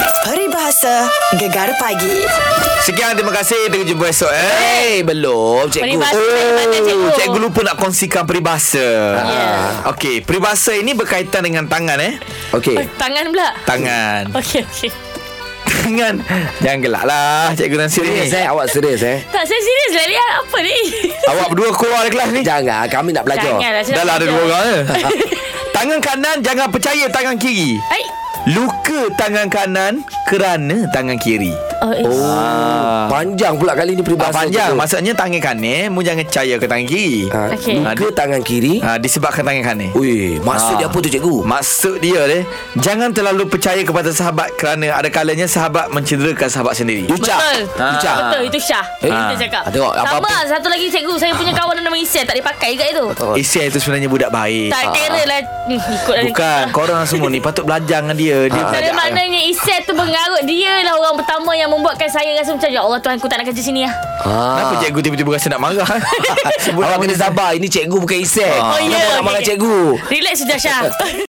Mari Bahasa Gegar Pagi Sekian terima kasih Kita jumpa esok Eh hey, belum Cikgu Oh, Peribahasa peribahasa, cikgu. Cikgu lupa nak kongsikan peribahasa Ya. Okey Peribahasa ini berkaitan dengan tangan eh Oh, Okey tangan pula. Tangan Okey, okey. Tangan Jangan gelak lah Cikgu Nasir ni Serius eh Awak serius eh Tak, saya serius lah Lia. Apa ni? Awak berdua keluar dari kelas ni Jangan ah, Kami nak belajar Janganlah. saya Dah lah nak ada belajar. dua orang eh. Tangan kanan Jangan percaya tangan kiri Hai. Luka tangan kanan Kerana tangan kiri Oh, eh. Ah. Panjang pula kali Ah, ni peribahasa panjang cikgu. Maksudnya tangan kanan Mu jangan percaya ke tangan kiri ha, Okey. Luka tangan kiri ha, Disebabkan tangan kanan Ui Ah. Maksud dia apa tu cikgu Maksud dia ni Jangan terlalu percaya kepada sahabat Kerana ada kalanya sahabat mencederakan sahabat sendiri Ucap Betul. Ha. Ucap Betul, itu Syah. Eh? Itu kita Ah. cakap. Ah, tengok, Sama apa-apa. lah, satu lagi cikgu. Saya punya kawan yang nama Isyan. Tak dipakai juga itu. Isya Oh, itu sebenarnya budak baik Tak kira lah. Hmm, Ikut lah. Ah. Bukan Korang semua ni patut belajar dengan dia Dia Saya belajar maknanya Isyan tu mengarut. Dia lah orang pertama yang membuatkan saya rasa macam, Ya Allah Tuhan, aku tak nak kerja sini lah. Ah. Kenapa cikgu tiba-tiba rasa nak marah Sebut Awak nama kena sabar Ini cikgu bukan Isek Ah. Kenapa ya, nak okey, marah okey. cikgu Relax sudah Syah.